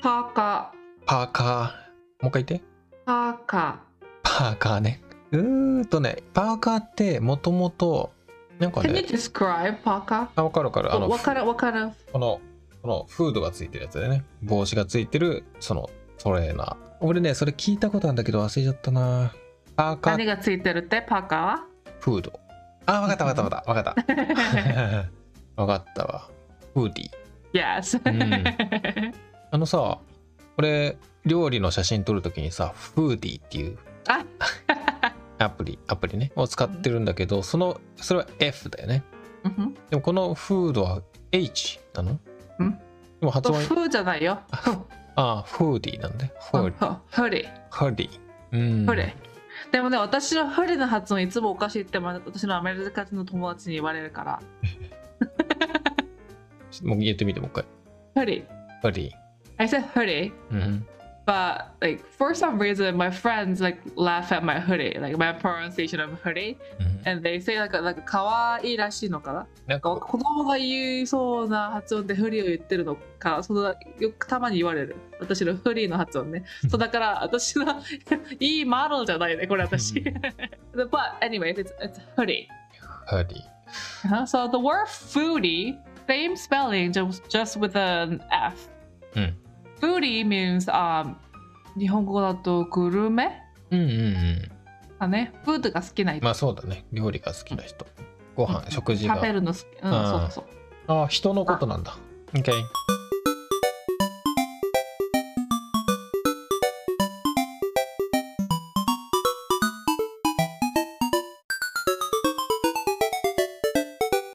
パーカパーカー。もう一回言って。ー、パーカパーカーね。うーんとね、パーカーってもともと、なんかー。Can you ね、 describe パーカあ、わかるわかる。あーの、わからんわからん。この、このフードがついてるやつだよね。帽子がついてる、そのトレーナー。俺ね、それ聞いたことあるんだけど忘れちゃったな。パーカ何ーがついてるってパーカー はフード。あ、わかったわかったわかったわか った。わかったわ。フーディー。 Yes. あのさ、これ、料理の写真撮るときにさ、フーディーっていうあアプリ、アプリね、を使ってるんだけど、その、それは F だよね。うんでもこのフードは H なのんでも発音、ふうじゃないよ。ああ、フーディーなんで。フーディー。ふり。フーディー。うん。ふり。でもね、私のふりの発音いつもおかしいって、まあ私のアメリカ人の友達に言われるから。もう言ってみて、もう一回。ふり。フーディー。 I said ふり。うん。 But like for some reason, my friends like laugh at my hoodie, like my pronunciation of hoodie, うん、 and they say like なんか可愛いらしいのかな。なんなんか、か子供が言いそうな発音でフリーを言ってるのか、そのよくたまに言われる。私のフリーの発音ね。そうだから私の いいモデルじゃないね、これ私。うん But anyway, it's it's hoodie. フーディー。 Uh-huh. So the word foodie, same spelling, just just with an F. うん。 Foodie means um 日本語だとグルメうんうんうん。だね。フードが好きな人。まあそうだね。料理が好きな人。ご飯、食事が。食べるの好き。うん、あそうーそう。ああ、人のことなんだ。OK。